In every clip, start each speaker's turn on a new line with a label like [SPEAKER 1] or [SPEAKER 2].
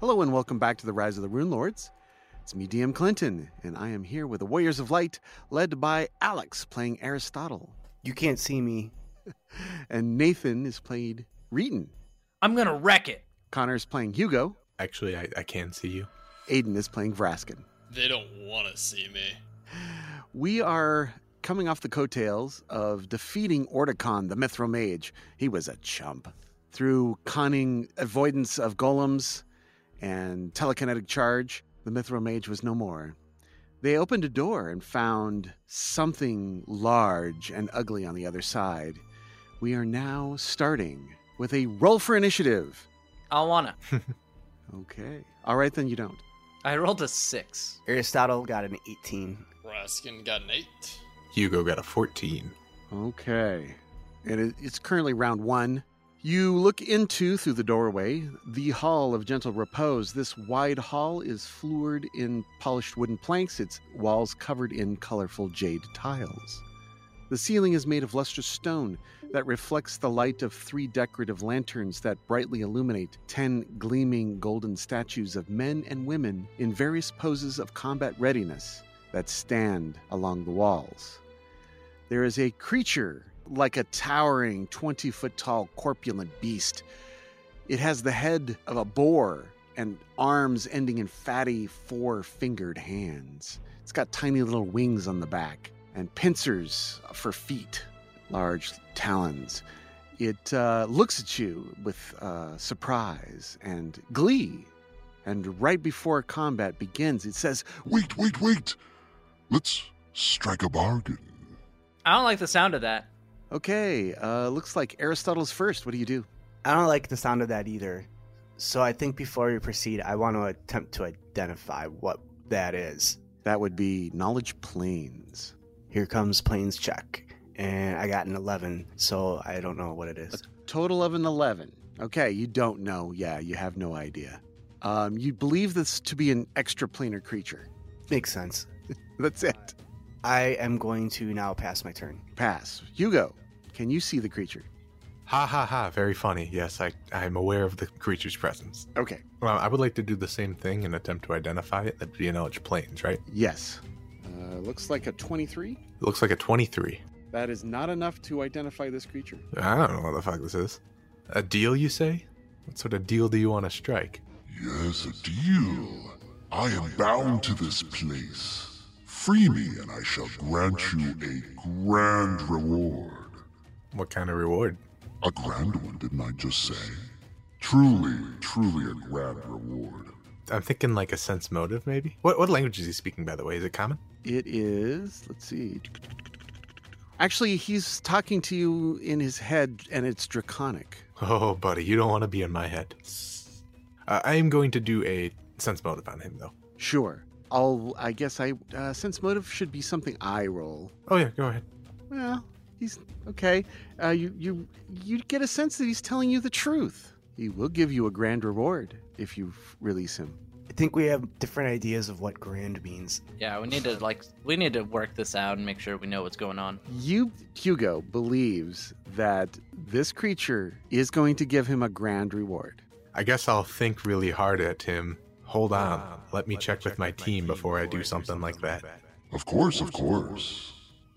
[SPEAKER 1] Hello and welcome back to the Rise of the Rune Lords. It's me, DM Clinton, and I am here with the Warriors of Light, led by Alex playing Aristotle,
[SPEAKER 2] You can't see me.
[SPEAKER 1] and Nathan is played Reeton.
[SPEAKER 3] I'm gonna wreck it.
[SPEAKER 1] Connor is playing Hugo.
[SPEAKER 4] Actually, I, I can see you.
[SPEAKER 1] Aiden is playing Vraskin.
[SPEAKER 5] They don't want to see me.
[SPEAKER 1] We are coming off the coattails of defeating Orticon, the Mithril Mage. He was a chump. Through conning avoidance of golems and telekinetic charge, the Mithril Mage was no more. They opened a door and found something large and ugly on the other side. We are now starting with a roll for initiative.
[SPEAKER 3] I wanna.
[SPEAKER 1] Okay. All right, then you don't.
[SPEAKER 3] I rolled a six.
[SPEAKER 2] Aristotle got an 18.
[SPEAKER 5] Raskin got an eight.
[SPEAKER 4] Hugo got a 14.
[SPEAKER 1] Okay. And it, it's currently round one. You look into, through the doorway, the Hall of Gentle Repose. This wide hall is floored in polished wooden planks, its walls covered in colorful jade tiles. The ceiling is made of lustrous stone that reflects the light of three decorative lanterns that brightly illuminate ten gleaming golden statues of men and women in various poses of combat readiness that stand along the walls. There is a creature like a towering 20 foot tall corpulent beast. It has the head of a boar and arms ending in fatty four fingered hands. It's got tiny little wings on the back and pincers for feet, large talons. It uh, looks at you with uh, surprise and glee. And right before combat begins, it says,
[SPEAKER 6] Wait, wait, wait. Let's strike a bargain.
[SPEAKER 3] I don't like the sound of that.
[SPEAKER 1] Okay, uh, looks like Aristotle's first. What do you do?
[SPEAKER 2] I don't like the sound of that either. So I think before we proceed, I want to attempt to identify what that is.
[SPEAKER 1] That would be knowledge planes.
[SPEAKER 2] Here comes planes check. And I got an 11, so I don't know what it is.
[SPEAKER 1] Total of an 11. Okay, you don't know. Yeah, you have no idea. Um, you believe this to be an extraplanar creature.
[SPEAKER 2] Makes sense.
[SPEAKER 1] That's it.
[SPEAKER 2] I am going to now pass my turn.
[SPEAKER 1] Pass. Hugo, can you see the creature?
[SPEAKER 4] Ha ha ha. Very funny. Yes, I, I'm aware of the creature's presence.
[SPEAKER 1] Okay.
[SPEAKER 4] Well, I would like to do the same thing and attempt to identify it. That'd be an knowledge planes, right?
[SPEAKER 1] Yes. Uh, looks like a 23.
[SPEAKER 4] It looks like a 23.
[SPEAKER 1] That is not enough to identify this creature.
[SPEAKER 4] I don't know what the fuck this is. A deal, you say? What sort of deal do you want to strike?
[SPEAKER 6] Yes, a deal. I am bound to this place. Free me, and I shall grant you a grand reward.
[SPEAKER 4] What kind of reward?
[SPEAKER 6] A grand one, didn't I just say? Truly, truly a grand reward.
[SPEAKER 4] I'm thinking like a sense motive, maybe? What, what language is he speaking, by the way? Is it common?
[SPEAKER 1] It is, let's see. Actually, he's talking to you in his head, and it's draconic.
[SPEAKER 4] Oh, buddy, you don't want to be in my head. Uh, I am going to do a sense motive on him, though.
[SPEAKER 1] Sure. I'll, I guess I, uh, sense motive should be something I roll.
[SPEAKER 4] Oh, yeah, go ahead.
[SPEAKER 1] Well, he's okay. Uh, you you you get a sense that he's telling you the truth. He will give you a grand reward if you f- release him.
[SPEAKER 2] I think we have different ideas of what grand means.
[SPEAKER 3] Yeah, we need to like we need to work this out and make sure we know what's going on.
[SPEAKER 1] You Hugo believes that this creature is going to give him a grand reward.
[SPEAKER 4] I guess I'll think really hard at him. Hold on. Ah, Let me check with my team before I do something like that.
[SPEAKER 6] Of course, of course.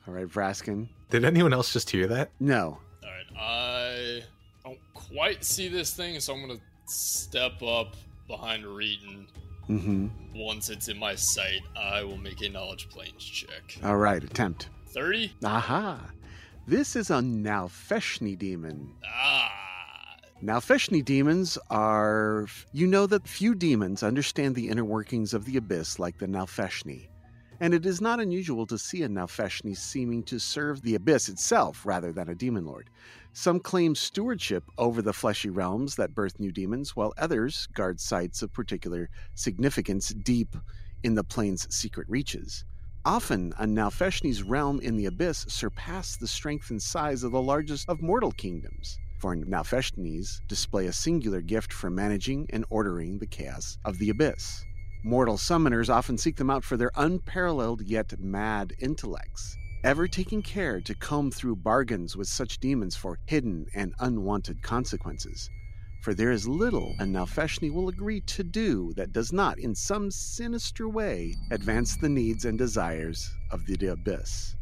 [SPEAKER 1] All right, Vraskin.
[SPEAKER 4] Did anyone else just hear that?
[SPEAKER 1] No.
[SPEAKER 5] All right, I don't quite see this thing, so I'm gonna step up behind Reedon.
[SPEAKER 1] Mm-hmm.
[SPEAKER 5] Once it's in my sight, I will make a knowledge planes check.
[SPEAKER 1] All right, attempt.
[SPEAKER 5] Thirty.
[SPEAKER 1] Aha. This is a Nalfeshni demon.
[SPEAKER 5] Ah,
[SPEAKER 1] Now, Feshni demons are. You know that few demons understand the inner workings of the abyss like the Nalfeshni, and it is not unusual to see a Nalfeshni seeming to serve the abyss itself rather than a demon lord. Some claim stewardship over the fleshy realms that birth new demons, while others guard sites of particular significance deep in the plane's secret reaches. Often, a Nalfeshni's realm in the abyss surpassed the strength and size of the largest of mortal kingdoms. for Nalfeshnes display a singular gift for managing and ordering the chaos of the abyss. Mortal summoners often seek them out for their unparalleled yet mad intellects, ever taking care to comb through bargains with such demons for hidden and unwanted consequences. For there is little a Nalfeshni will agree to do that does not, in some sinister way, advance the needs and desires of the abyss.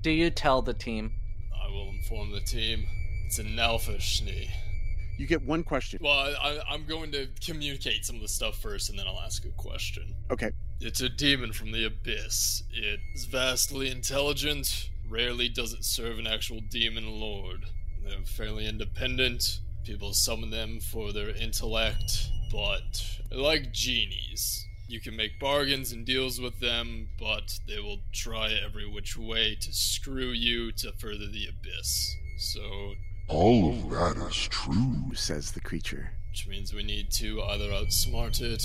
[SPEAKER 3] Do you tell the team?
[SPEAKER 5] I will inform the team. It's an elfish knee.
[SPEAKER 1] You get one question.
[SPEAKER 5] Well, I, I- I'm going to communicate some of the stuff first, and then I'll ask a question.
[SPEAKER 1] Okay.
[SPEAKER 5] It's a demon from the abyss. It is vastly intelligent. Rarely does it serve an actual demon lord. They're fairly independent. People summon them for their intellect, but they're like genies. You can make bargains and deals with them, but they will try every which way to screw you to further the abyss. So
[SPEAKER 6] All of that is true.
[SPEAKER 1] Says the creature.
[SPEAKER 5] which means we need to either outsmart it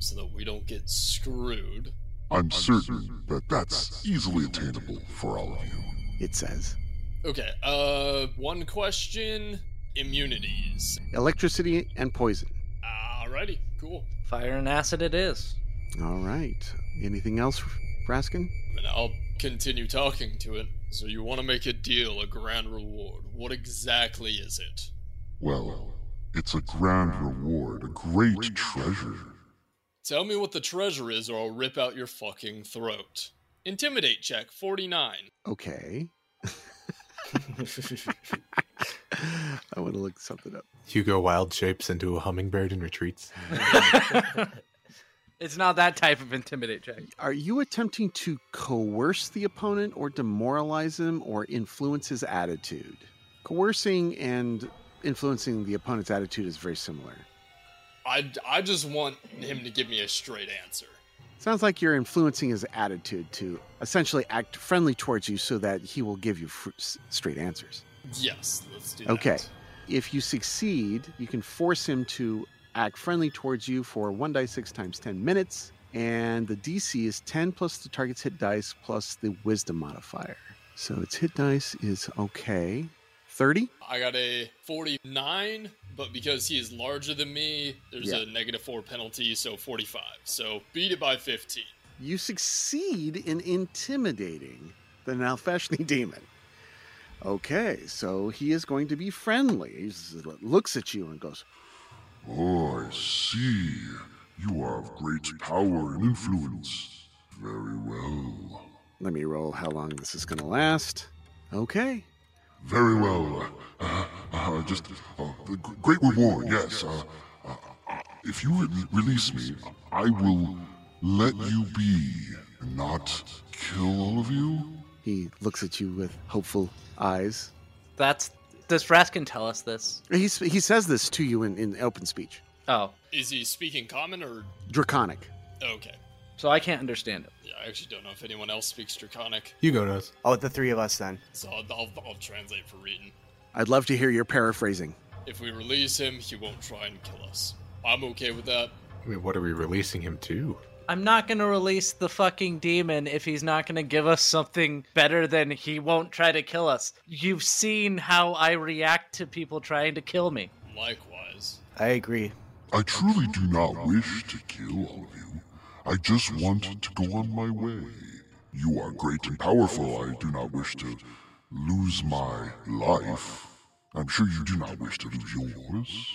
[SPEAKER 5] so that we don't get screwed.
[SPEAKER 6] I'm certain that that's easily attainable for all of you.
[SPEAKER 1] It says.
[SPEAKER 5] Okay, uh, one question immunities.
[SPEAKER 1] Electricity and poison.
[SPEAKER 5] Alrighty, cool.
[SPEAKER 3] Fire and acid it is.
[SPEAKER 1] All right. Anything else, Raskin?
[SPEAKER 5] I mean, I'll continue talking to it. So, you want to make a deal, a grand reward. What exactly is it?
[SPEAKER 6] Well, it's a grand reward, a great treasure.
[SPEAKER 5] Tell me what the treasure is, or I'll rip out your fucking throat. Intimidate check 49.
[SPEAKER 1] Okay. I want to look something up.
[SPEAKER 4] Hugo wild shapes into a hummingbird and retreats.
[SPEAKER 3] it's not that type of intimidate check.
[SPEAKER 1] Are you attempting to coerce the opponent or demoralize him or influence his attitude? Coercing and influencing the opponent's attitude is very similar.
[SPEAKER 5] I, I just want him to give me a straight answer.
[SPEAKER 1] Sounds like you're influencing his attitude to essentially act friendly towards you so that he will give you fr- s- straight answers.
[SPEAKER 5] Yes, let's do
[SPEAKER 1] Okay.
[SPEAKER 5] that.
[SPEAKER 1] If you succeed, you can force him to act friendly towards you for 1 die 6 times 10 minutes, and the DC is 10 plus the target's hit dice plus the wisdom modifier. So its hit dice is okay. 30?
[SPEAKER 5] I got a 49, but because he is larger than me, there's
[SPEAKER 1] Yeah.
[SPEAKER 5] a negative 4 penalty, so 45. So beat it by 15.
[SPEAKER 1] You succeed in intimidating the Nalfashni demon. Okay, so he is going to be friendly. He s- looks at you and goes,
[SPEAKER 6] Oh, I see. You are of great power and influence. Very well.
[SPEAKER 1] Let me roll how long this is going to last. Okay.
[SPEAKER 6] Very well. Uh, uh, just uh, the g- great reward, yes. Uh, uh, uh, if you re- release me, I will let you be and not kill all of you.
[SPEAKER 1] He looks at you with hopeful eyes.
[SPEAKER 3] That's does Raskin tell us this?
[SPEAKER 1] He, s- he says this to you in, in open speech.
[SPEAKER 3] Oh,
[SPEAKER 5] Is he speaking common or.
[SPEAKER 1] Draconic.
[SPEAKER 5] Okay.
[SPEAKER 3] so I can't understand it.
[SPEAKER 5] Yeah, I actually don't know if anyone else speaks Draconic,
[SPEAKER 4] Hugo knows.
[SPEAKER 2] Oh, the three of us then.
[SPEAKER 5] so I'll, I'll, I'll translate for Reeton.
[SPEAKER 1] I'd love to hear your paraphrasing.
[SPEAKER 5] If we release him, he won't try and kill us. I'm okay with that.
[SPEAKER 4] I mean, what are we releasing him to?
[SPEAKER 3] I'm not gonna release the fucking demon if he's not gonna give us something better than he won't try to kill us. You've seen how I react to people trying to kill me.
[SPEAKER 5] Likewise.
[SPEAKER 2] I agree.
[SPEAKER 6] I truly do not wish to kill all of you. I just want to go on my way. You are great and powerful. I do not wish to lose my life. I'm sure you do not wish to lose yours.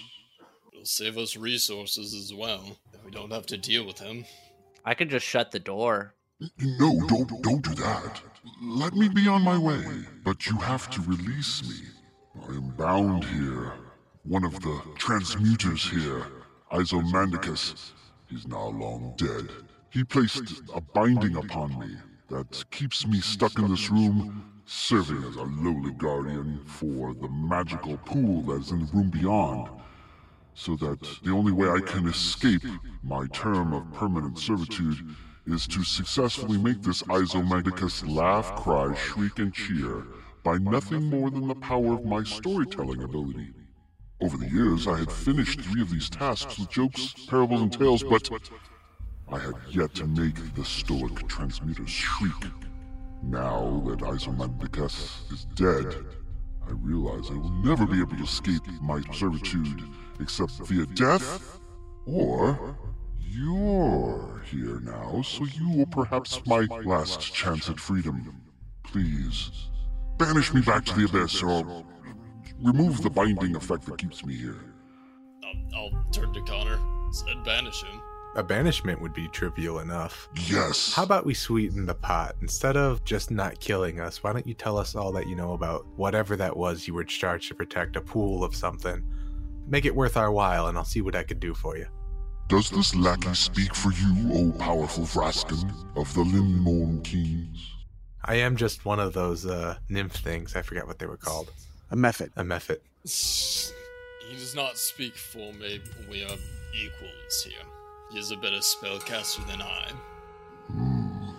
[SPEAKER 5] It'll save us resources as well. We don't have to deal with him.
[SPEAKER 3] I could just shut the door.
[SPEAKER 6] No, don't don't do that. Let me be on my way. But you have to release me. I am bound here. One of the transmuters here, Isomandicus, is now long dead. He placed a binding upon me that keeps me stuck in this room, serving as a lowly guardian for the magical pool that is in the room beyond. So that the only way I can escape my term of permanent servitude is to successfully make this Isomagicus laugh, cry, shriek, and cheer by nothing more than the power of my storytelling ability. Over the years, I had finished three of these tasks with jokes, parables, and tales, but I had yet to make the stoic transmuter shriek. Now that Isomagicus is dead, I I realize I will never be able to escape my servitude except via death or you're here now, so you are perhaps my last chance at freedom. Please, banish me back to the abyss or remove the binding effect that keeps me here.
[SPEAKER 5] I'll, I'll turn to Connor. Said banish him.
[SPEAKER 4] A banishment would be trivial enough.
[SPEAKER 6] Yes.
[SPEAKER 4] How about we sweeten the pot? Instead of just not killing us, why don't you tell us all that you know about whatever that was you were charged to protect, a pool of something? Make it worth our while, and I'll see what I can do for you.
[SPEAKER 6] Does this lackey speak for you, O powerful Vraskin of the Linmorn Kings?
[SPEAKER 4] I am just one of those uh, nymph things. I forgot what they were called.
[SPEAKER 1] A method.
[SPEAKER 4] A mephit.
[SPEAKER 5] He does not speak for me. We are equals here. He is a better spellcaster than I.
[SPEAKER 6] Hmm.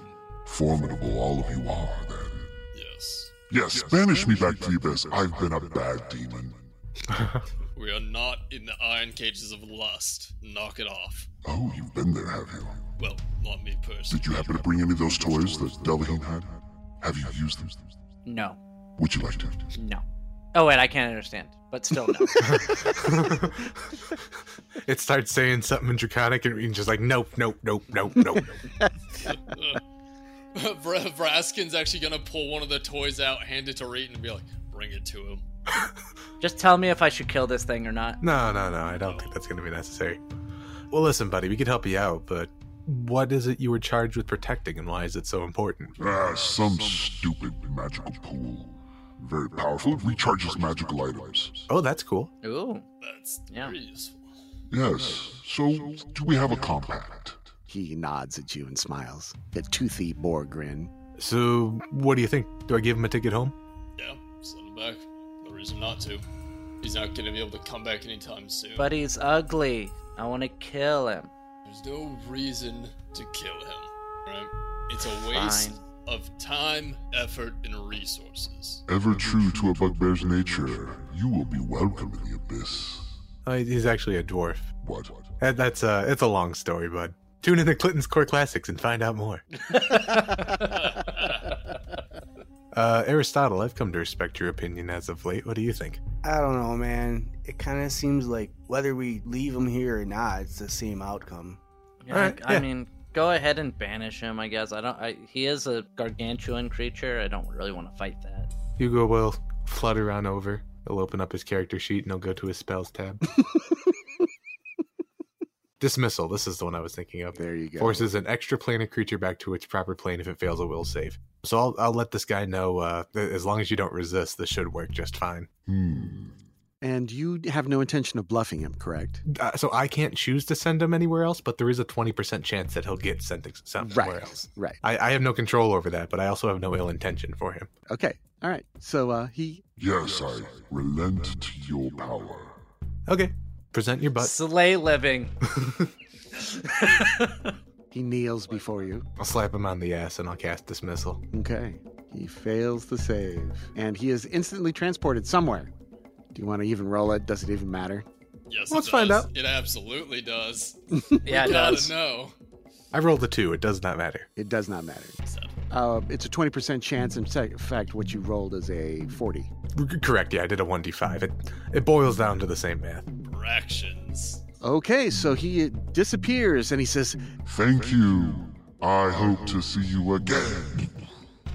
[SPEAKER 6] Formidable all of you are, then.
[SPEAKER 5] Yes.
[SPEAKER 6] Yes, banish me back to the abyss. I've been a bad demon.
[SPEAKER 5] We are not in the iron cages of lust. Knock it off.
[SPEAKER 6] Oh, you've been there, have you?
[SPEAKER 5] Well, not me personally.
[SPEAKER 6] Did you happen to bring any of those toys that Delaheen had? Have you used them?
[SPEAKER 3] No,
[SPEAKER 6] Would you like to?
[SPEAKER 3] no. Oh wait, I can't understand. But still, no.
[SPEAKER 4] it starts saying something in draconic, and Reed's just like, nope, nope, nope, nope, nope.
[SPEAKER 5] Vra- Vraskin's actually gonna pull one of the toys out, hand it to Reeton, and be like, bring it to him.
[SPEAKER 3] Just tell me if I should kill this thing or not.
[SPEAKER 4] no, no, no. I don't think that's going to be necessary. Well, listen, buddy, we could help you out, but what is it you were charged with protecting, and why is it so important?
[SPEAKER 6] Ah, some stupid magical pool. Very powerful. It recharges magical items.
[SPEAKER 4] Oh, that's cool.
[SPEAKER 3] Ooh,
[SPEAKER 5] That's
[SPEAKER 3] Yeah.
[SPEAKER 5] very useful.
[SPEAKER 6] Yes. So, do we have a compact?
[SPEAKER 1] He nods at you and smiles. The toothy boar grin.
[SPEAKER 4] So, what do you think? Do I give him a ticket home?
[SPEAKER 5] Yeah, send him back. No reason not to. He's not gonna be able to come back anytime soon.
[SPEAKER 3] but he's ugly. I want to kill him.
[SPEAKER 5] There's no reason to kill him. Right? It's a waste
[SPEAKER 3] Fine.
[SPEAKER 5] of time, effort, and resources.
[SPEAKER 6] Ever true to a bugbear's nature, you will be welcome in the abyss.
[SPEAKER 4] Oh, he's actually a dwarf.
[SPEAKER 6] What?
[SPEAKER 4] That, that's uh, it's a long story, bud. Tune in to Clinton's Core Classics and find out more. Uh, Aristotle, I've come to respect your opinion as of late. What do you think?
[SPEAKER 2] I don't know, man. It kind of seems like whether we leave him here or not, it's the same outcome.
[SPEAKER 3] Yeah,
[SPEAKER 4] Alright,
[SPEAKER 3] I, I
[SPEAKER 4] yeah.
[SPEAKER 3] mean, go ahead and banish him. I guess I don't. I, he is a gargantuan creature. I don't really want to fight that.
[SPEAKER 4] Hugo will flutter on over. He'll open up his character sheet and he'll go to his spells tab. Dismissal. This is the one I was thinking of.
[SPEAKER 1] There you go.
[SPEAKER 4] Forces an extra planar creature back to its proper plane if it fails a will save. So I'll, I'll let this guy know uh, th- as long as you don't resist, this should work just fine.
[SPEAKER 6] Hmm.
[SPEAKER 1] And you have no intention of bluffing him, correct?
[SPEAKER 4] Uh, so I can't choose to send him anywhere else, but there is a 20% chance that he'll get sent ex- somewhere
[SPEAKER 1] Right.
[SPEAKER 4] else.
[SPEAKER 1] Right.
[SPEAKER 4] I, I have no control over that, but I also have no ill intention for him.
[SPEAKER 1] Okay. All right. So uh, he
[SPEAKER 6] Yes, I relent to your power.
[SPEAKER 4] Okay. Present your butt.
[SPEAKER 3] Slay living.
[SPEAKER 1] he kneels before you.
[SPEAKER 4] I'll slap him on the ass and I'll cast dismissal.
[SPEAKER 1] Okay. He fails the save, and he is instantly transported somewhere. Do you want to even roll it? Does it even matter?
[SPEAKER 5] Yes,
[SPEAKER 4] Let's
[SPEAKER 5] it
[SPEAKER 4] find
[SPEAKER 5] does.
[SPEAKER 4] out.
[SPEAKER 5] It absolutely does.
[SPEAKER 3] Yeah, it
[SPEAKER 5] Gotta
[SPEAKER 3] does.
[SPEAKER 5] know.
[SPEAKER 4] I rolled a two. It does not matter.
[SPEAKER 1] It does not matter.
[SPEAKER 5] Sad.
[SPEAKER 1] Uh, it's a 20% chance. In sec- fact, what you rolled is a 40.
[SPEAKER 4] R- Correct. Yeah, I did a 1d5. It, it boils down to the same math.
[SPEAKER 5] Fractions.
[SPEAKER 1] Okay, so he disappears and he says,
[SPEAKER 6] Thank you. I hope to see you again.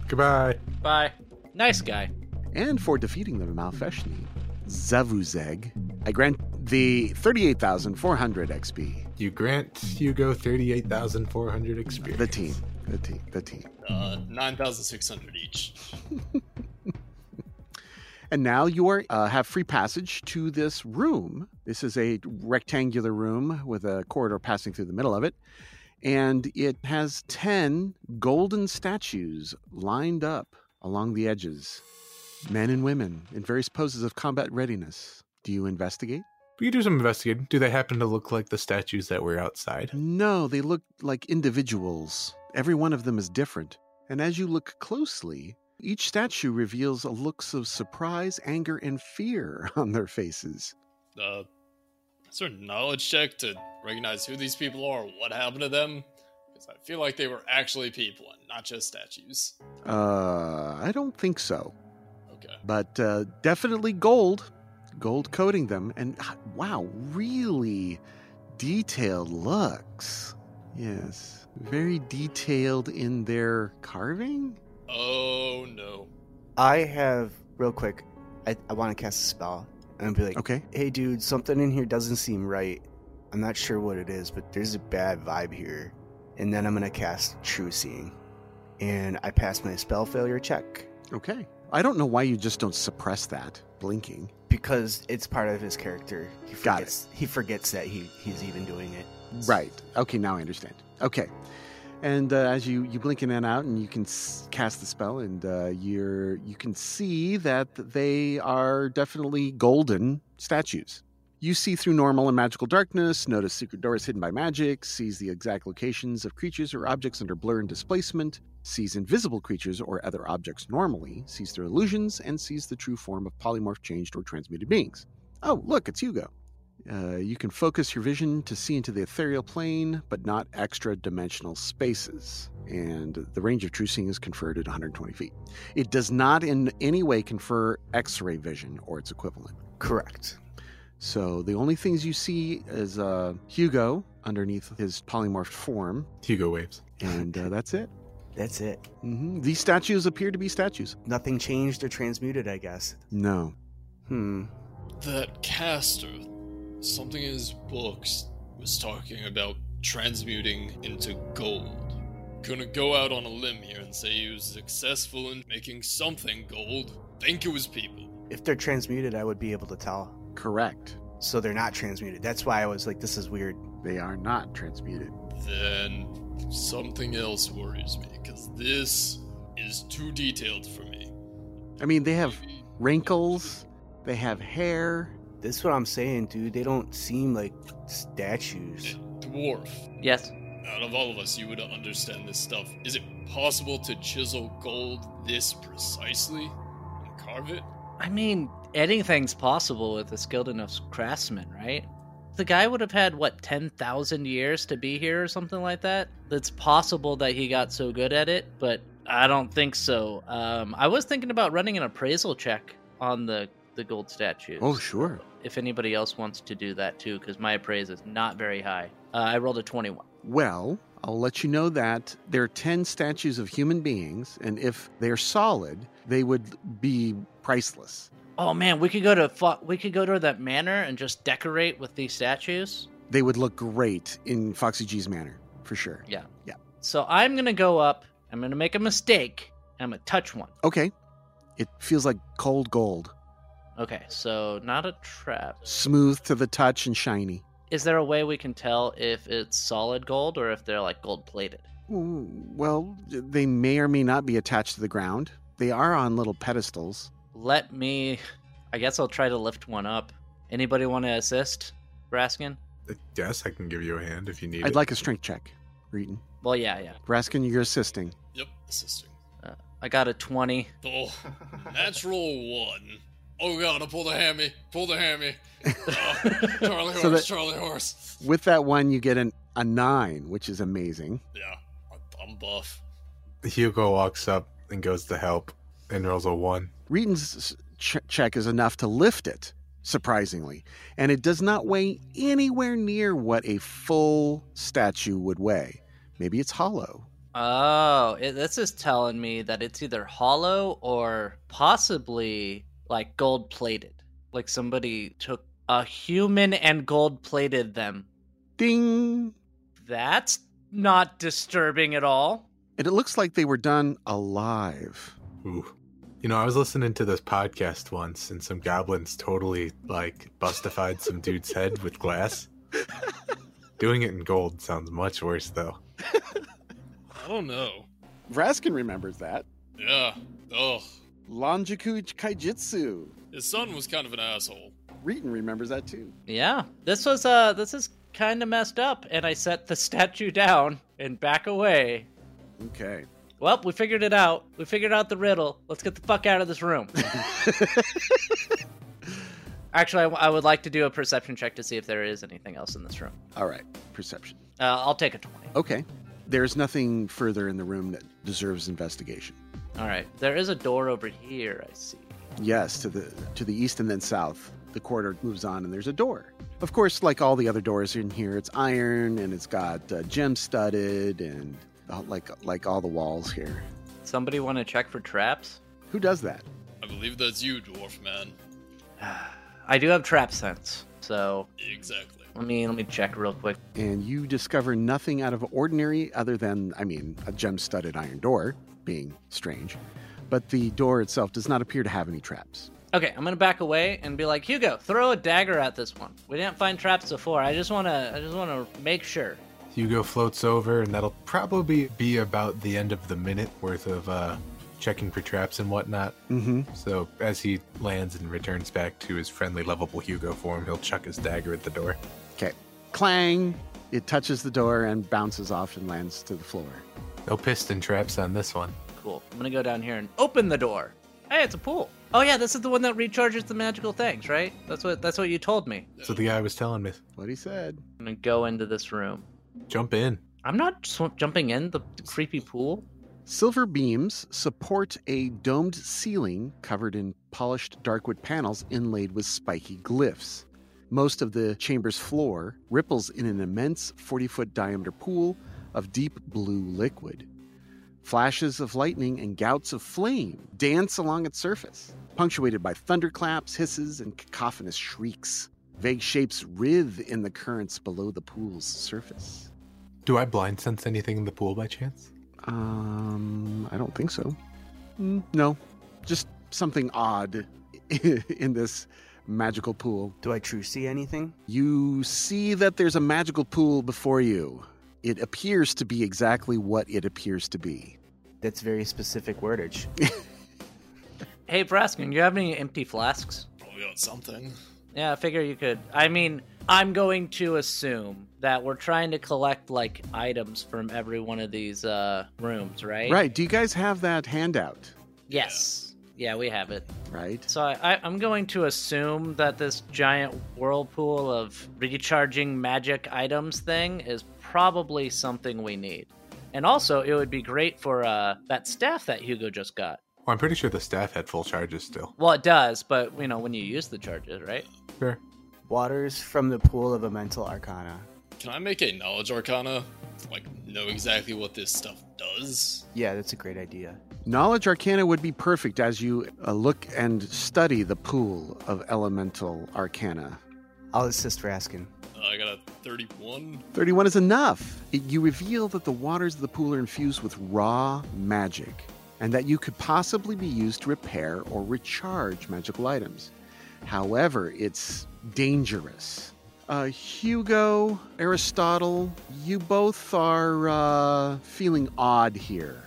[SPEAKER 4] Goodbye.
[SPEAKER 3] Bye. Nice guy.
[SPEAKER 1] and for defeating the Malfeshni, Zavuzeg, I grant the 38,400 XP.
[SPEAKER 4] You grant Hugo 38,400 experience.
[SPEAKER 1] The team, the team, the team.
[SPEAKER 5] Uh, 9,600 each.
[SPEAKER 1] And now you are uh, have free passage to this room. This is a rectangular room with a corridor passing through the middle of it, and it has ten golden statues lined up along the edges, men and women in various poses of combat readiness. Do you investigate?
[SPEAKER 4] We can do some investigating. Do they happen to look like the statues that were outside?
[SPEAKER 1] No, they look like individuals. Every one of them is different. And as you look closely, each statue reveals a looks of surprise, anger, and fear on their faces.
[SPEAKER 5] Uh, is there a knowledge check to recognize who these people are or what happened to them? Because I feel like they were actually people and not just statues.
[SPEAKER 1] Uh, I don't think so.
[SPEAKER 5] Okay.
[SPEAKER 1] but uh, definitely gold, gold coating them. And ah, wow, really detailed looks. Yes, very detailed in their carving.
[SPEAKER 5] Oh no.
[SPEAKER 2] I have real quick. I, I want to cast a spell and be like,
[SPEAKER 1] Okay.
[SPEAKER 2] "Hey, dude, something in here doesn't seem right. I'm not sure what it is, but there's a bad vibe here." And then I'm gonna cast True Seeing, and I pass my spell failure check
[SPEAKER 1] Okay. I don't know why you just don't suppress that blinking.
[SPEAKER 2] because it's part of his character. He forgets,
[SPEAKER 1] Got it.
[SPEAKER 2] He forgets that he, he's even doing it.
[SPEAKER 1] Right. Okay, now I understand. Okay. And uh, as you you blink in and out, and you can s- cast the spell, and uh, you're you can see that they are definitely golden statues. You see through normal and magical darkness. Notice secret doors hidden by magic. Sees the exact locations of creatures or objects under blur and displacement. Sees invisible creatures or other objects normally. Sees their illusions and sees the true form of polymorph changed or transmuted beings. Oh, look, it's Hugo. Uh, you can focus your vision to see into the ethereal plane, but not extra dimensional spaces. And the range of true seeing is conferred at 120 feet. It does not in any way confer X ray vision or its equivalent.
[SPEAKER 2] Correct.
[SPEAKER 1] So the only things you see is uh, Hugo underneath his polymorphed form,
[SPEAKER 4] Hugo waves.
[SPEAKER 1] and uh, that's it.
[SPEAKER 2] That's it.
[SPEAKER 1] hmm These statues appear to be statues.
[SPEAKER 2] Nothing changed or transmuted, I guess.
[SPEAKER 1] No.
[SPEAKER 2] Hmm.
[SPEAKER 5] That caster, something in his books was talking about transmuting into gold. Gonna go out on a limb here and say he was successful in making something gold. Think it was people.
[SPEAKER 2] If they're transmuted, I would be able to tell.
[SPEAKER 1] Correct.
[SPEAKER 2] So they're not transmuted. That's why I was like, this is weird.
[SPEAKER 1] They are not transmuted.
[SPEAKER 5] Then something else worries me, because this is too detailed for me.
[SPEAKER 1] I mean, they have wrinkles, they have hair.
[SPEAKER 2] This is what I'm saying, dude. They don't seem like statues.
[SPEAKER 5] Dwarf,
[SPEAKER 3] Yes.
[SPEAKER 5] out of all of us, you would understand this stuff. Is it possible to chisel gold this precisely and carve it?
[SPEAKER 3] I mean, anything's possible with a skilled enough craftsman, right? The guy would have had, what, 10,000 years to be here or something like that? It's possible that he got so good at it, but I don't think so. Um, I was thinking about running an appraisal check on the, the gold statues.
[SPEAKER 1] Oh, sure.
[SPEAKER 3] If anybody else wants to do that too, because my appraise is not very high. Uh, I rolled a 21.
[SPEAKER 1] Well, I'll let you know that there are 10 statues of human beings, and if they're solid, they would be priceless.
[SPEAKER 3] Oh man, we could go to fu- we could go to that manor and just decorate with these statues.
[SPEAKER 1] They would look great in Foxy G's manner, for sure.
[SPEAKER 3] So I'm gonna go up. I'm gonna make a mistake. and I'm gonna touch one.
[SPEAKER 1] Okay. It feels like cold gold,
[SPEAKER 3] Okay, so not a trap.
[SPEAKER 1] smooth to the touch and shiny.
[SPEAKER 3] Is there a way we can tell if it's solid gold or if they're like gold plated?
[SPEAKER 1] Ooh, Well, they may or may not be attached to the ground. They are on little pedestals.
[SPEAKER 3] Let me. I guess I'll try to lift one up. Anybody want to assist, Raskin?
[SPEAKER 4] I guess Uh, I can give you a hand if you need
[SPEAKER 1] I'd
[SPEAKER 4] it.
[SPEAKER 1] like a strength check, Reeton.
[SPEAKER 3] Well, yeah, yeah.
[SPEAKER 1] Raskin, you're assisting.
[SPEAKER 5] Yep, assisting.
[SPEAKER 3] I got a twenty.
[SPEAKER 5] Oh, natural one. Oh god, I pulled a hammy. Pulled a hammy. Oh, Charlie horse,
[SPEAKER 1] So that-
[SPEAKER 5] Charlie horse.
[SPEAKER 1] With that one, you get an, a nine, which is amazing.
[SPEAKER 5] Yeah, I- I'm buff.
[SPEAKER 4] Hugo walks up and goes to help and rolls a one.
[SPEAKER 1] Reeton's ch- check is enough to lift it, surprisingly, and it does not weigh anywhere near what a full statue would weigh. Maybe it's hollow.
[SPEAKER 3] Oh, it, this is telling me that it's either hollow or possibly like gold plated. Like somebody took a human and gold plated them.
[SPEAKER 1] Ding!
[SPEAKER 3] That's not disturbing at all.
[SPEAKER 1] And it looks like they were done alive.
[SPEAKER 4] Ooh. You know, I was listening to this podcast once and some goblins totally like bustified some dude's head with glass. Doing it in gold sounds much worse though.
[SPEAKER 5] I don't know.
[SPEAKER 1] Raskin remembers that.
[SPEAKER 5] Yeah. Oh,
[SPEAKER 1] Longiku Kaijitsu.
[SPEAKER 5] his son was kind of an asshole.
[SPEAKER 1] Reeton remembers that too.
[SPEAKER 3] Yeah. This was uh this is kind of messed up and I set the statue down and back away.
[SPEAKER 1] Okay.
[SPEAKER 3] Well, we figured it out. We figured out the riddle. Let's get the fuck out of this room. Actually, I, w- I would like to do a perception check to see if there is anything else in this room.
[SPEAKER 1] All right. Perception.
[SPEAKER 3] Uh, I'll take a 20.
[SPEAKER 1] Okay. There's nothing further in the room that deserves investigation.
[SPEAKER 3] All right. There is a door over here, I see.
[SPEAKER 1] Yes, to the to the east and then south. The corridor moves on, and there's a door. Of course, like all the other doors in here, it's iron and it's got uh, gem studded and uh, like like all the walls here.
[SPEAKER 3] Somebody want to check for traps?
[SPEAKER 1] Who does that?
[SPEAKER 5] I believe that's you, dwarf man.
[SPEAKER 3] I do have trap sense, so
[SPEAKER 5] Exactly.
[SPEAKER 3] let me let me check real quick.
[SPEAKER 1] And you discover nothing out of ordinary other than, I mean, a gem studded iron door being strange, but the door itself does not appear to have any traps.
[SPEAKER 3] Okay, I'm gonna back away and be like, Hugo, throw a dagger at this one. We didn't find traps before. I just wanna I just wanna make sure.
[SPEAKER 4] Hugo floats over, and that'll probably be about the end of the minute worth of uh, checking for traps and whatnot.
[SPEAKER 1] Mm-hmm.
[SPEAKER 4] So as he lands and returns back to his friendly, lovable Hugo form, he'll chuck his dagger at the door.
[SPEAKER 1] Clang! It touches the door and bounces off and lands to the floor.
[SPEAKER 4] No piston traps on this one.
[SPEAKER 3] Cool. I'm gonna go down here and open the door. Hey, it's a pool. Oh yeah, this is the one that recharges the magical things, right? That's what that's what you told me.
[SPEAKER 4] So the guy was telling me,
[SPEAKER 1] What he said.
[SPEAKER 3] I'm gonna go into this room.
[SPEAKER 4] jump in.
[SPEAKER 3] I'm not sw- jumping in the creepy pool.
[SPEAKER 1] Silver beams support a domed ceiling covered in polished darkwood panels inlaid with spiky glyphs. Most of the chamber's floor ripples in an immense 40 foot diameter pool of deep blue liquid. Flashes of lightning and gouts of flame dance along its surface, punctuated by thunderclaps, hisses, and cacophonous shrieks. Vague shapes writhe in the currents below the pool's surface.
[SPEAKER 4] Do I blind sense anything in the pool by chance?
[SPEAKER 1] Um, I don't think so. Mm, no, just something odd in this magical pool.
[SPEAKER 2] Do I true see anything?
[SPEAKER 1] You see that there's a magical pool before you. It appears to be exactly what it appears to be.
[SPEAKER 2] That's very specific wordage.
[SPEAKER 3] Hey, Braskin, you have any empty flasks?
[SPEAKER 5] Probably got something.
[SPEAKER 3] Yeah, I figure you could. I mean, I'm going to assume that we're trying to collect like items from every one of these uh rooms, right?
[SPEAKER 1] Right? Do you guys have that handout?
[SPEAKER 3] Yes. Yeah, we have it.
[SPEAKER 1] Right?
[SPEAKER 3] So I, I, I'm going to assume that this giant whirlpool of recharging magic items thing is probably something we need. And also, it would be great for uh, that staff that Hugo just got.
[SPEAKER 4] Well, I'm pretty sure the staff had full charges still.
[SPEAKER 3] Well, it does, but you know, when you use the charges, right?
[SPEAKER 4] Sure.
[SPEAKER 2] Waters from the pool of a mental arcana.
[SPEAKER 5] Can I make a knowledge arcana? Like, know exactly what this stuff does?
[SPEAKER 2] Yeah, that's a great idea.
[SPEAKER 1] Knowledge Arcana would be perfect as you uh, look and study the pool of elemental arcana.
[SPEAKER 2] I'll assist Raskin.
[SPEAKER 5] Uh, I got a 31.
[SPEAKER 1] 31 is enough. It- you reveal that the waters of the pool are infused with raw magic and that you could possibly be used to repair or recharge magical items. However, it's dangerous. Uh, Hugo, Aristotle, you both are uh, feeling odd here.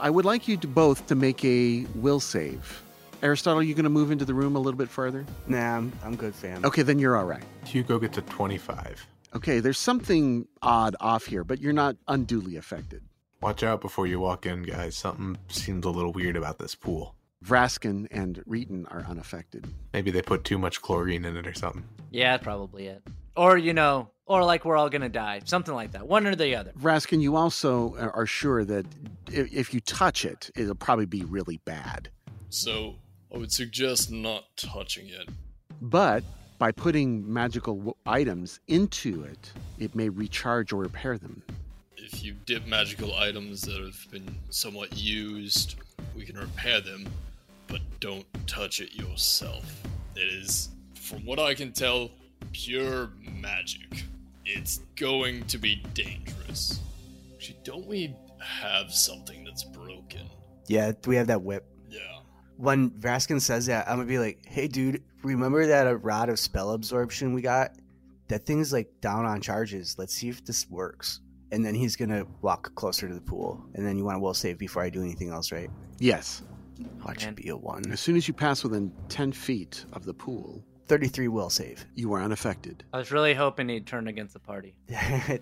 [SPEAKER 1] I would like you to both to make a will save. Aristotle, you going to move into the room a little bit further?
[SPEAKER 2] Nah, I'm, I'm good, fam.
[SPEAKER 1] Okay, then you're all right.
[SPEAKER 4] Hugo gets a 25.
[SPEAKER 1] Okay, there's something odd off here, but you're not unduly affected.
[SPEAKER 4] Watch out before you walk in, guys. Something seems a little weird about this pool.
[SPEAKER 1] Vraskin and Reeton are unaffected.
[SPEAKER 4] Maybe they put too much chlorine in it or something.
[SPEAKER 3] Yeah, that's probably it. Or you know, or like we're all gonna die, something like that, one or the other.
[SPEAKER 1] Vraskin, you also are are sure that i- if you touch it, it'll probably be really bad.
[SPEAKER 5] So, I would suggest not touching it.
[SPEAKER 1] But by putting magical w- items into it, it may recharge or repair them.
[SPEAKER 5] If you dip magical items that have been somewhat used, we can repair them, but don't touch it yourself. It is, from what I can tell, pure magic. It's going to be dangerous. Actually, don't we have something that's broken?
[SPEAKER 2] Yeah, we have that whip.
[SPEAKER 5] Yeah.
[SPEAKER 2] When Raskin says that, I'm gonna be like, hey, dude, remember that uh, rod of spell absorption we got? That thing's like down on charges. Let's see if this works. And then he's gonna walk closer to the pool. And then you want a will save before I do anything else, right?
[SPEAKER 1] Yes.
[SPEAKER 2] Oh, it should
[SPEAKER 3] And-
[SPEAKER 2] be a one.
[SPEAKER 1] As soon as you pass within 10 feet of the pool,
[SPEAKER 2] 33 will save.
[SPEAKER 1] you are unaffected.
[SPEAKER 3] I was really hoping he'd turn against the party.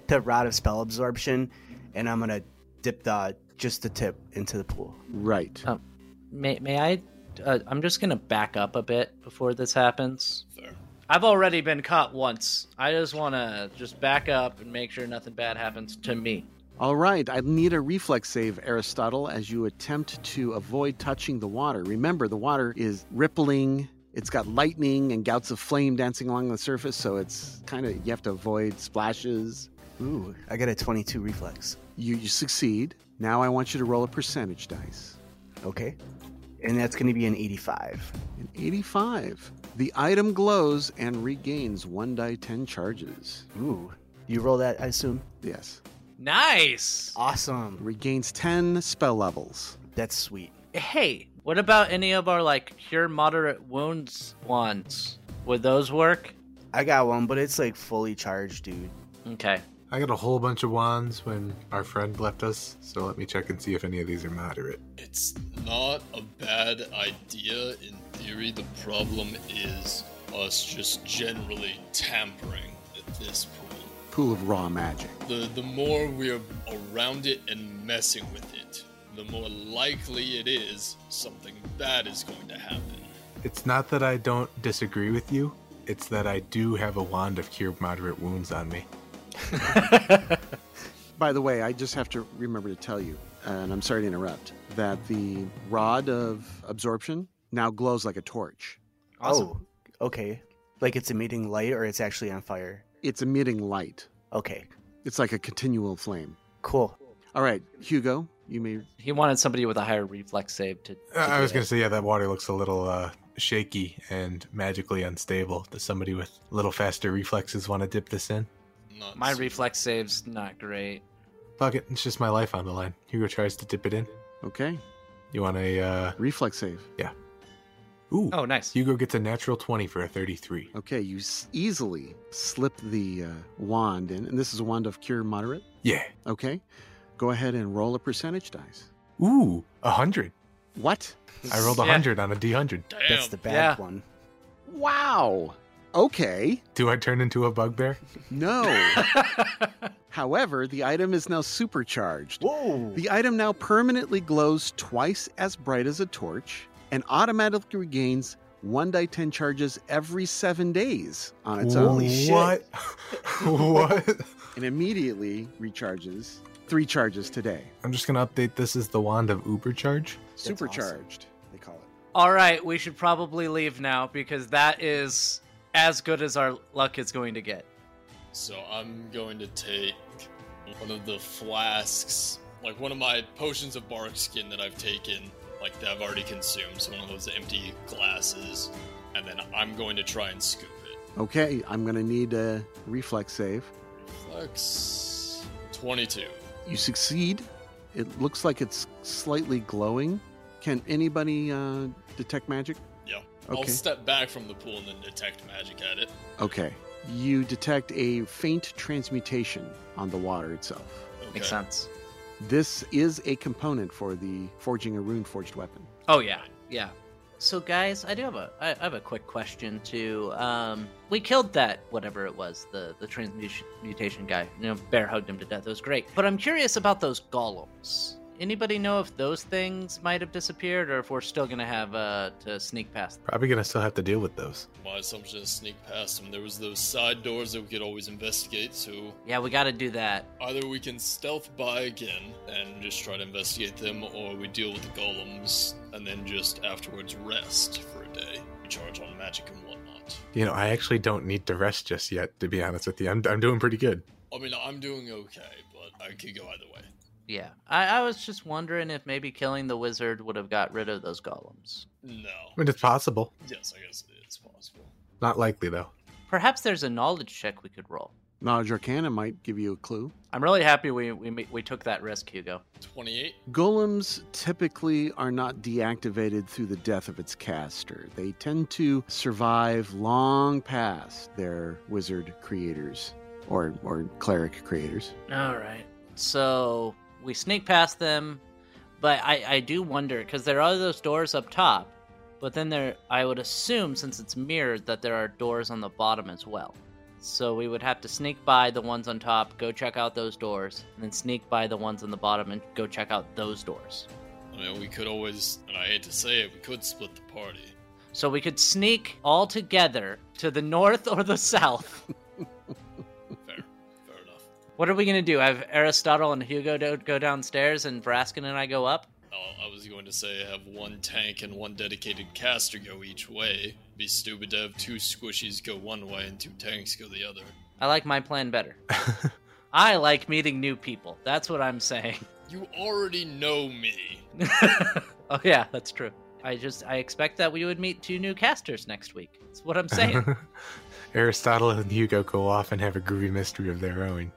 [SPEAKER 2] the rod of spell absorption, and I'm gonna dip the just the tip into the pool.
[SPEAKER 1] Right.
[SPEAKER 3] Oh. May may I? Uh, I'm just gonna back up a bit before this happens.
[SPEAKER 5] Fair.
[SPEAKER 3] I've already been caught once. I just wanna just back up and make sure nothing bad happens to me.
[SPEAKER 1] All right, I need a reflex save, Aristotle, as you attempt to avoid touching the water. Remember, the water is rippling. It's got lightning and gouts of flame dancing along the surface, so it's kind of you have to avoid splashes.
[SPEAKER 2] Ooh, I got a 22 reflex.
[SPEAKER 1] You, you succeed. Now I want you to roll a percentage dice.
[SPEAKER 2] Okay. And that's going to be an 85.
[SPEAKER 1] An 85. The item glows and regains 1 die 10 charges.
[SPEAKER 2] Ooh. You roll that, I assume?
[SPEAKER 1] Yes.
[SPEAKER 3] Nice.
[SPEAKER 2] Awesome.
[SPEAKER 1] Regains 10 spell levels.
[SPEAKER 2] That's sweet.
[SPEAKER 3] Hey, what about any of our like cure moderate wounds wands? Would those work?
[SPEAKER 2] I got one, but it's like fully charged, dude.
[SPEAKER 3] Okay.
[SPEAKER 4] I got a whole bunch of wands when our friend left us, so let me check and see if any of these are moderate.
[SPEAKER 5] It's not a bad idea in theory. The problem is us just generally tampering at this point.
[SPEAKER 1] Pool of raw magic.
[SPEAKER 5] the the more we're around it and messing with it, the more likely it is something bad is going to happen.
[SPEAKER 4] It's not that I don't disagree with you, it's that I do have a wand of cure moderate wounds on me.
[SPEAKER 1] By the way, I just have to remember to tell you, and I'm sorry to interrupt, that the rod of absorption now glows like a torch.
[SPEAKER 3] Awesome.
[SPEAKER 2] Oh, okay. Like it's emitting light or it's actually on fire.
[SPEAKER 1] It's emitting light,
[SPEAKER 2] Okay.
[SPEAKER 1] it's like a continual flame.
[SPEAKER 2] Cool.
[SPEAKER 1] All right, Hugo, you may.
[SPEAKER 3] He wanted somebody with a higher reflex save to. to
[SPEAKER 4] Uh, I
[SPEAKER 3] do
[SPEAKER 4] was
[SPEAKER 3] it.
[SPEAKER 4] going to say, yeah, that water looks a little uh, shaky and magically unstable. Does somebody with a little faster reflexes want to dip this in?
[SPEAKER 5] Not
[SPEAKER 3] My
[SPEAKER 5] so-
[SPEAKER 3] reflex save's not great.
[SPEAKER 4] Fuck it, it's just my life on the line. Hugo tries to dip it in.
[SPEAKER 1] Okay,
[SPEAKER 4] You want a. Uh...
[SPEAKER 1] reflex save.
[SPEAKER 4] Ooh,
[SPEAKER 3] Oh, nice.
[SPEAKER 4] Hugo gets a natural 20 for a 33.
[SPEAKER 1] Okay, you s- easily slip the uh, wand in, and this is a wand of cure moderate.
[SPEAKER 4] Yeah.
[SPEAKER 1] Okay, go ahead and roll a percentage dice.
[SPEAKER 4] Ooh, a 100.
[SPEAKER 1] What?
[SPEAKER 4] I rolled a
[SPEAKER 3] Yeah.
[SPEAKER 4] 100 on a D100.
[SPEAKER 5] Damn.
[SPEAKER 2] That's the bad
[SPEAKER 3] Yeah.
[SPEAKER 2] one.
[SPEAKER 1] Wow. Okay.
[SPEAKER 4] Do I turn into a bugbear?
[SPEAKER 1] No. However, the item is now supercharged.
[SPEAKER 2] Whoa.
[SPEAKER 1] The item now permanently glows twice as bright as a torch and automatically regains 1 die 10 charges every seven days on its
[SPEAKER 2] Holy
[SPEAKER 1] own
[SPEAKER 2] shit.
[SPEAKER 4] What? what?
[SPEAKER 1] and immediately recharges three charges today.
[SPEAKER 4] I'm just gonna update this as the wand of Uber charge.
[SPEAKER 2] awesome.
[SPEAKER 1] Supercharged, they call it.
[SPEAKER 3] All right, we should probably leave now because that is as good as our luck is going to get.
[SPEAKER 5] So I'm going to take one of the flasks, like one of my potions of bark skin that I've taken, like that I've already consumed, so one of those empty glasses, and then I'm going to try and scoop it.
[SPEAKER 1] Okay, I'm going to need a reflex save.
[SPEAKER 5] Flex 22.
[SPEAKER 1] You succeed. It looks like it's slightly glowing. Can anybody uh, detect magic?
[SPEAKER 5] Yeah. I'll
[SPEAKER 1] Okay.
[SPEAKER 5] step back from the pool and then detect magic at it.
[SPEAKER 1] Okay. You detect a faint transmutation on the water itself.
[SPEAKER 5] Okay.
[SPEAKER 3] Makes sense.
[SPEAKER 1] This is a component for the forging a rune forged weapon.
[SPEAKER 3] Oh yeah, yeah. So guys, I do have a I I have a quick question too. Um, we killed that whatever it was, the the transmutation guy. You know, bear hugged him to death. It was great. But I'm curious about those golems. Anybody know if those things might have disappeared, or if we're still gonna have uh, to sneak past? Them?
[SPEAKER 4] Probably gonna still have to deal with those.
[SPEAKER 5] My assumption is sneak past them. There was those side doors that we could always investigate, so
[SPEAKER 3] Yeah, we got to do that.
[SPEAKER 5] either we can stealth by again and just try to investigate them, or we deal with the golems and then just afterwards rest for a day, recharge on magic and whatnot.
[SPEAKER 4] You know, I actually don't need to rest just yet, to be honest with you. I'm, I'm doing pretty good.
[SPEAKER 5] I mean, I'm doing okay, but I could go either way.
[SPEAKER 3] Yeah, I, I was just wondering if maybe killing the wizard would have got rid of those golems.
[SPEAKER 4] I
[SPEAKER 5] No.
[SPEAKER 4] mean, it's possible.
[SPEAKER 5] Yes, I guess it is possible.
[SPEAKER 4] Not likely, though.
[SPEAKER 3] Perhaps there's a knowledge check we could roll.
[SPEAKER 1] Knowledge Arcana might give you a clue.
[SPEAKER 3] I'm really happy we we, ma- we took that risk, Hugo.
[SPEAKER 5] 28?
[SPEAKER 1] Golems typically are not deactivated through the death of its caster. They tend to survive long past their wizard creators or, or cleric creators.
[SPEAKER 3] All right. So we sneak past them, but I, I do wonder because there are those doors up top, but then there I would assume since it's mirrored that there are doors on the bottom as well. So we would have to sneak by the ones on top, go check out those doors, and then sneak by the ones on the bottom and go check out those doors.
[SPEAKER 5] I mean, we could always, and I hate to say it, we could split the party.
[SPEAKER 3] So we could sneak all together to the north or the south.
[SPEAKER 5] Fair. Fair enough.
[SPEAKER 3] What are we gonna do? Have Aristotle and Hugo do- go downstairs, and Braskin and I go up.
[SPEAKER 5] Oh, I was going to say have one tank and one dedicated caster go each way. Be stupid to have two squishies go one way and two tanks go the other.
[SPEAKER 3] I like my plan better. I like meeting new people. That's what I'm saying.
[SPEAKER 5] You already know me.
[SPEAKER 3] oh yeah, that's true. I just I expect that we would meet two new casters next week. That's what I'm saying.
[SPEAKER 4] Aristotle and Hugo go off and have a groovy mystery of their own.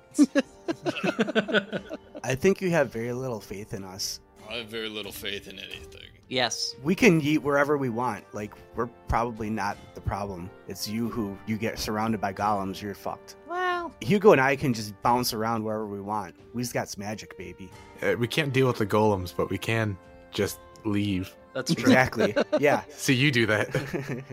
[SPEAKER 2] I think you have very little faith in us.
[SPEAKER 5] I have very little faith in anything.
[SPEAKER 3] yes.
[SPEAKER 2] We can eat wherever we want. Like we're probably not the problem. It's you who you get surrounded by golems. You're fucked.
[SPEAKER 3] Well,
[SPEAKER 2] Hugo and I can just bounce around wherever we want. We just got magic, baby.
[SPEAKER 4] Uh, we can't deal with the golems, but we can just leave.
[SPEAKER 3] that's true.
[SPEAKER 2] Exactly. yeah.
[SPEAKER 4] See, you do that.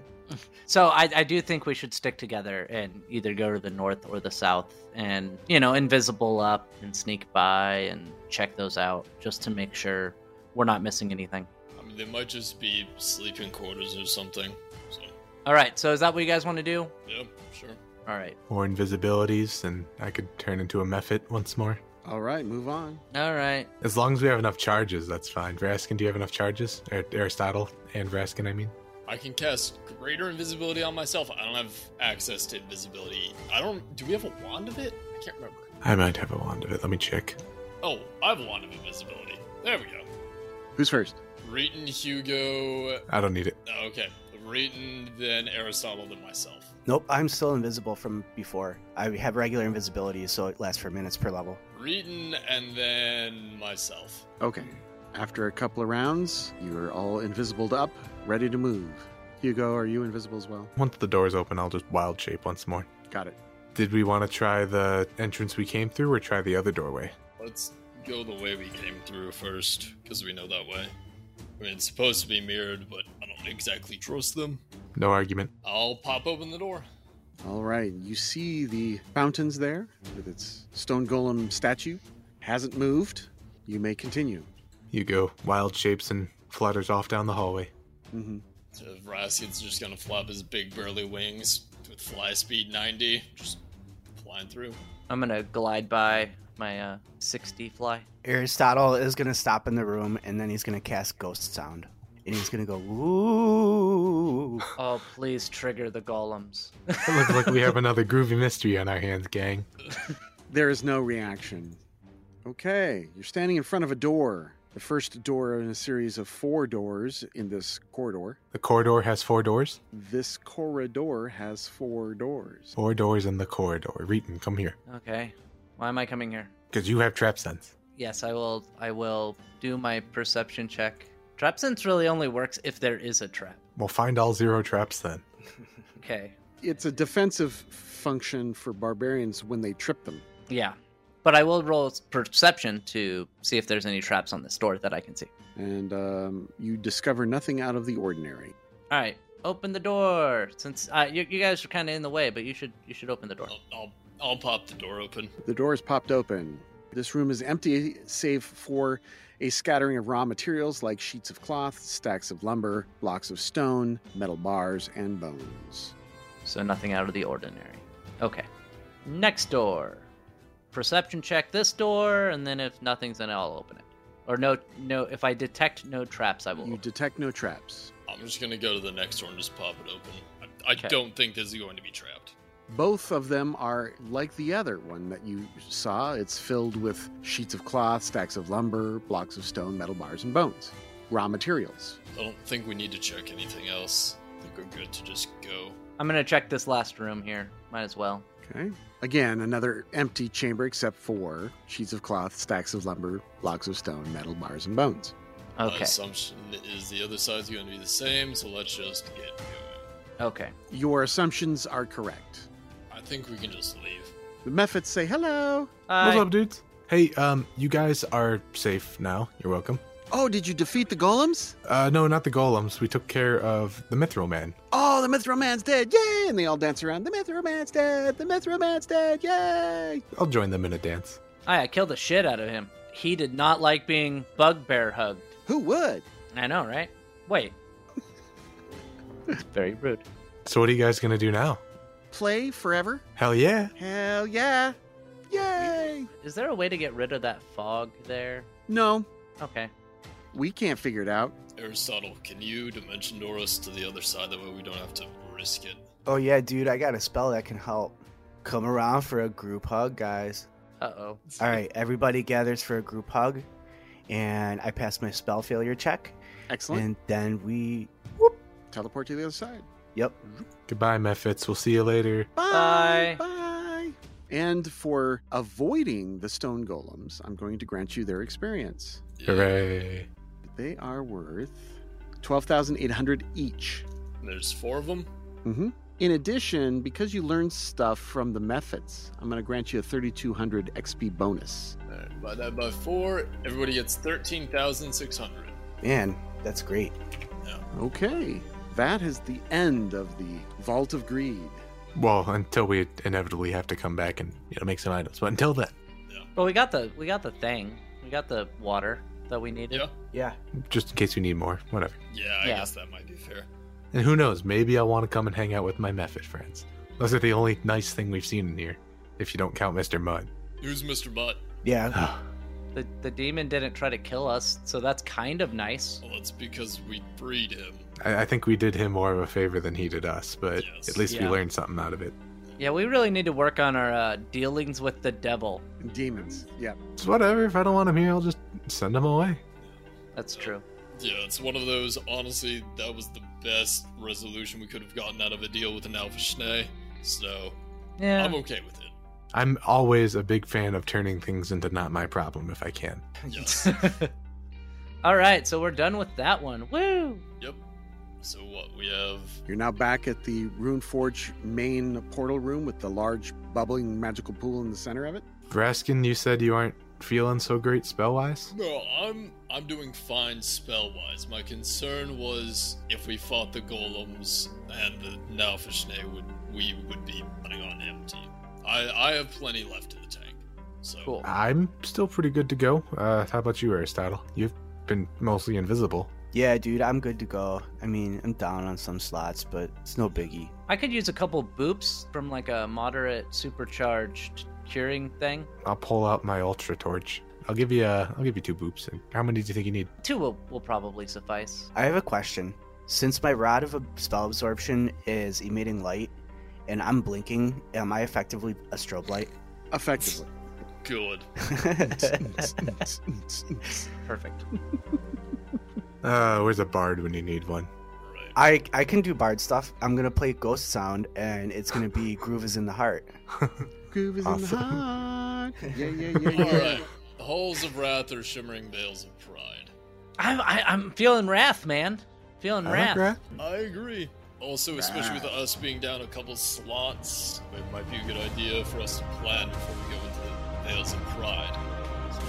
[SPEAKER 3] So I, I do think we should stick together and either go to the north or the south and, you know, invisible up and sneak by and check those out just to make sure we're not missing anything.
[SPEAKER 5] I mean, they might just be sleeping quarters or something. So,
[SPEAKER 3] All right. So is that what you guys want to do?
[SPEAKER 5] yeah, sure.
[SPEAKER 3] All right.
[SPEAKER 4] More invisibilities, and I could turn into a mephit once more.
[SPEAKER 1] All right, move on.
[SPEAKER 3] All right.
[SPEAKER 4] As long as we have enough charges, that's fine. Vraskin, do you have enough charges? Ar- Aristotle and Vraskin, I mean.
[SPEAKER 5] I can cast greater invisibility on myself. I don't have access to invisibility. I don't. Do we have a wand of it? I can't remember.
[SPEAKER 4] I might have a wand of it. Let me check.
[SPEAKER 5] Oh, I have a wand of invisibility. There we go.
[SPEAKER 1] Who's first?
[SPEAKER 5] Reeton, Hugo.
[SPEAKER 4] I don't need it.
[SPEAKER 5] Okay. Reeton, then Aristotle, then myself.
[SPEAKER 2] Nope, I'm still invisible from before. I have regular invisibility, so it lasts for minutes per level.
[SPEAKER 5] Reeton, and then myself.
[SPEAKER 1] Okay. After a couple of rounds, you're all invisibled up, ready to move. Hugo, are you invisible as well?
[SPEAKER 4] Once the door's open, I'll just wild shape once more.
[SPEAKER 1] Got it.
[SPEAKER 4] Did we want to try the entrance we came through or try the other doorway?
[SPEAKER 5] Let's go the way we came through first, because we know that way. I mean, it's supposed to be mirrored, but I don't exactly trust them.
[SPEAKER 4] No argument.
[SPEAKER 5] I'll pop open the door.
[SPEAKER 1] All right. You see the fountains there with its stone golem statue? Hasn't moved. You may continue.
[SPEAKER 4] You go wild shapes and flutters off down the hallway.
[SPEAKER 1] hmm
[SPEAKER 5] So Raskin's just gonna flap his big burly wings with fly speed 90, just flying through.
[SPEAKER 3] I'm going to glide by my uh, 60 fly.
[SPEAKER 2] Aristotle is gonna stop in the room, and then he's gonna cast Ghost Sound, and he's gonna go woo.
[SPEAKER 3] Oh, please trigger the golems.
[SPEAKER 4] It looks like we have another groovy mystery on our hands, gang.
[SPEAKER 1] There is no reaction. Okay, you're standing in front of a door. The first door in a series of four doors in this corridor.
[SPEAKER 4] The corridor has four doors.
[SPEAKER 1] This corridor has four doors.
[SPEAKER 4] Four doors in the corridor. Reeton, come here.
[SPEAKER 3] Okay. Why am I coming here?
[SPEAKER 4] Because you have trap sense.
[SPEAKER 3] Yes, I will. I will do my perception check. Trap sense really only works if there is a trap.
[SPEAKER 4] We'll find all zero traps then.
[SPEAKER 3] Okay.
[SPEAKER 1] It's a defensive function for barbarians when they trip them.
[SPEAKER 3] Yeah. But I will roll perception to see if there's any traps on this door that I can see.
[SPEAKER 1] And um, you discover nothing out of the ordinary.
[SPEAKER 3] All right, open the door. Since uh, you, you guys are kind of in the way, but you should you should open the door.
[SPEAKER 5] I'll, I'll, I'll pop the door open.
[SPEAKER 1] The door is popped open. This room is empty, save for a scattering of raw materials like sheets of cloth, stacks of lumber, blocks of stone, metal bars, and bones.
[SPEAKER 3] So nothing out of the ordinary. Okay. Next door. Perception check this door, and then if nothing's in, it, I'll open it. Or no, no. If I detect no traps, I will.
[SPEAKER 1] You
[SPEAKER 3] open it.
[SPEAKER 1] detect no traps.
[SPEAKER 5] I'm just gonna go to the next door and just pop it open. I, I
[SPEAKER 3] Okay.
[SPEAKER 5] don't think this is going to be trapped.
[SPEAKER 1] Both of them are like the other one that you saw. It's filled with sheets of cloth, stacks of lumber, blocks of stone, metal bars, and bones. Raw materials.
[SPEAKER 5] I don't think we need to check anything else. I think we're good to just go.
[SPEAKER 3] I'm gonna check this last room here. Might as well.
[SPEAKER 1] Okay. Again, another empty chamber except for sheets of cloth, stacks of lumber, blocks of stone, metal bars, and bones.
[SPEAKER 5] My
[SPEAKER 3] Okay.
[SPEAKER 5] assumption is the other side's going to be the same, so let's just get going.
[SPEAKER 3] Okay.
[SPEAKER 1] Your assumptions are correct.
[SPEAKER 5] I think we can just leave.
[SPEAKER 1] The Mephits say hello.
[SPEAKER 4] What's
[SPEAKER 3] Hi.
[SPEAKER 4] up, dudes? Hey, um, you guys are safe now. You're welcome.
[SPEAKER 1] Oh, did you defeat the golems?
[SPEAKER 4] Uh, no, not the golems. We took care of the mithril man.
[SPEAKER 1] Oh, the Mithril Man's dead. Yay! And they all dance around. The Mithril Man's dead. The Mithril Man's dead. Yay!
[SPEAKER 4] I'll join them in a dance.
[SPEAKER 3] Hi, I killed the shit out of him. He did not like being bugbear hugged.
[SPEAKER 1] Who would?
[SPEAKER 3] I know, right? Wait. it's very rude.
[SPEAKER 4] So, what are you guys gonna do now?
[SPEAKER 1] Play forever?
[SPEAKER 4] Hell yeah!
[SPEAKER 1] Hell yeah. Yay. Okay.
[SPEAKER 3] Is there a way to get rid of that fog there?
[SPEAKER 1] No,
[SPEAKER 3] Okay.
[SPEAKER 1] we can't figure it out.
[SPEAKER 5] Aristotle, can you dimension door us to the other side? That way we don't have to risk it.
[SPEAKER 2] Oh yeah, dude, I got a spell that can help. Come around for a group hug, guys.
[SPEAKER 3] Uh oh.
[SPEAKER 2] All right, everybody gathers for a group hug, and I pass my spell failure check,
[SPEAKER 1] Excellent.
[SPEAKER 2] and then we.
[SPEAKER 1] Teleport to the other side.
[SPEAKER 2] Yep.
[SPEAKER 4] Goodbye, Mephits. We'll see you later.
[SPEAKER 1] Bye. Bye. And for avoiding the stone golems, I'm going to grant you their experience.
[SPEAKER 5] Yeah,
[SPEAKER 4] Hooray.
[SPEAKER 1] They are worth 12,800 each.
[SPEAKER 5] There's four of them.
[SPEAKER 1] hmm In addition, because you learned stuff from the methods, I'm going to grant you a 3,200 XP bonus.
[SPEAKER 5] Alright, divide that by four. Everybody gets 13,600.
[SPEAKER 2] Man, that's great.
[SPEAKER 1] Okay. That is the end of the Vault of Greed.
[SPEAKER 4] Well, until we inevitably have to come back and you know make some items. But until then,
[SPEAKER 3] Well, we got the we got the thing. We got the water that we needed.
[SPEAKER 5] Yeah.
[SPEAKER 2] Yeah.
[SPEAKER 4] just in case we need more, whatever.
[SPEAKER 5] Yeah, I
[SPEAKER 3] Yeah.
[SPEAKER 5] guess that might be fair.
[SPEAKER 4] And who knows? Maybe I'll want to come and hang out with my Mephit friends. Those are the only nice thing we've seen in here, if you don't count Mr. Mud.
[SPEAKER 5] Who's Mr. Butt?
[SPEAKER 2] Yeah.
[SPEAKER 3] The the demon didn't try to kill us, so that's kind of nice.
[SPEAKER 5] Well, it's because we breed him.
[SPEAKER 4] I, I think we did him more of a favor than he did us, but
[SPEAKER 5] Yes.
[SPEAKER 4] at least
[SPEAKER 3] Yeah.
[SPEAKER 4] we learned something out of it.
[SPEAKER 3] Yeah, we really need to work on our uh, dealings with the devil.
[SPEAKER 1] Demons. Yeah.
[SPEAKER 4] It's whatever. If I don't want him here, I'll just send him away.
[SPEAKER 3] That's true.
[SPEAKER 5] Yeah, it's one of those, honestly, that was the best resolution we could have gotten out of a deal with an Alpha Schnee. So,
[SPEAKER 3] Yeah.
[SPEAKER 5] I'm okay with it.
[SPEAKER 4] I'm always a big fan of turning things into not my problem if I can.
[SPEAKER 5] Yes.
[SPEAKER 3] All right, so we're done with that one. Woo!
[SPEAKER 5] yep. So, what we have.
[SPEAKER 1] You're now back at the Runeforge main portal room with the large bubbling magical pool in the center of it.
[SPEAKER 4] Braskin, you said you aren't feeling so great spell wise?
[SPEAKER 5] No, I'm I'm doing fine spell wise. My concern was if we fought the golems and the Nalfishne would we would be running on empty. I I have plenty left in the tank. So
[SPEAKER 3] Cool.
[SPEAKER 4] I'm still pretty good to go. Uh, how about you, Aristotle? You've been mostly invisible.
[SPEAKER 2] Yeah, dude, I'm good to go. I mean, I'm down on some slots, but it's no biggie.
[SPEAKER 3] I could use a couple boops from like a moderate supercharged curing thing.
[SPEAKER 4] I'll pull out my ultra torch. I'll give you uh, I'll give you two boops. And how many do you think you need?
[SPEAKER 3] Two will, will probably suffice.
[SPEAKER 2] I have a question. Since my rod of ab- spell absorption is emitting light, and I'm blinking, am I effectively a strobe light?
[SPEAKER 1] Effectively.
[SPEAKER 5] good.
[SPEAKER 3] Perfect.
[SPEAKER 4] Uh, where's a bard when you need one?
[SPEAKER 5] Right.
[SPEAKER 2] I I can do bard stuff. I'm gonna play ghost sound, and it's gonna be groove is in the heart.
[SPEAKER 1] Groove is
[SPEAKER 4] Awesome.
[SPEAKER 1] in the heart. Yeah, yeah, yeah, yeah.
[SPEAKER 5] Alright. Halls of Wrath are shimmering veils of pride.
[SPEAKER 3] I'm I, I'm feeling wrath, man. Feeling
[SPEAKER 4] I
[SPEAKER 3] wrath.
[SPEAKER 4] like wrath.
[SPEAKER 5] I agree. Also, especially with us being down a couple slots, it might be a good idea for us to plan before we go into the Veils of Pride. So,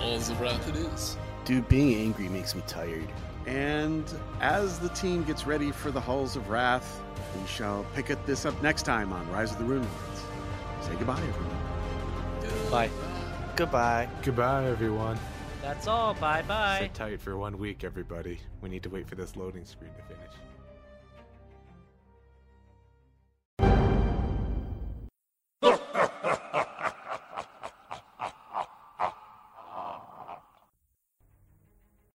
[SPEAKER 5] Halls of Wrath it is.
[SPEAKER 2] Dude, being angry makes me tired.
[SPEAKER 1] And as the team gets ready for the Halls of Wrath, we shall pick it this up next time on Rise of the Rune Lords. Say goodbye, everyone.
[SPEAKER 3] Bye.
[SPEAKER 2] Goodbye.
[SPEAKER 4] Goodbye, everyone.
[SPEAKER 3] That's all. Bye bye.
[SPEAKER 4] Sit tight for one week, everybody. We need to wait for this loading screen to finish.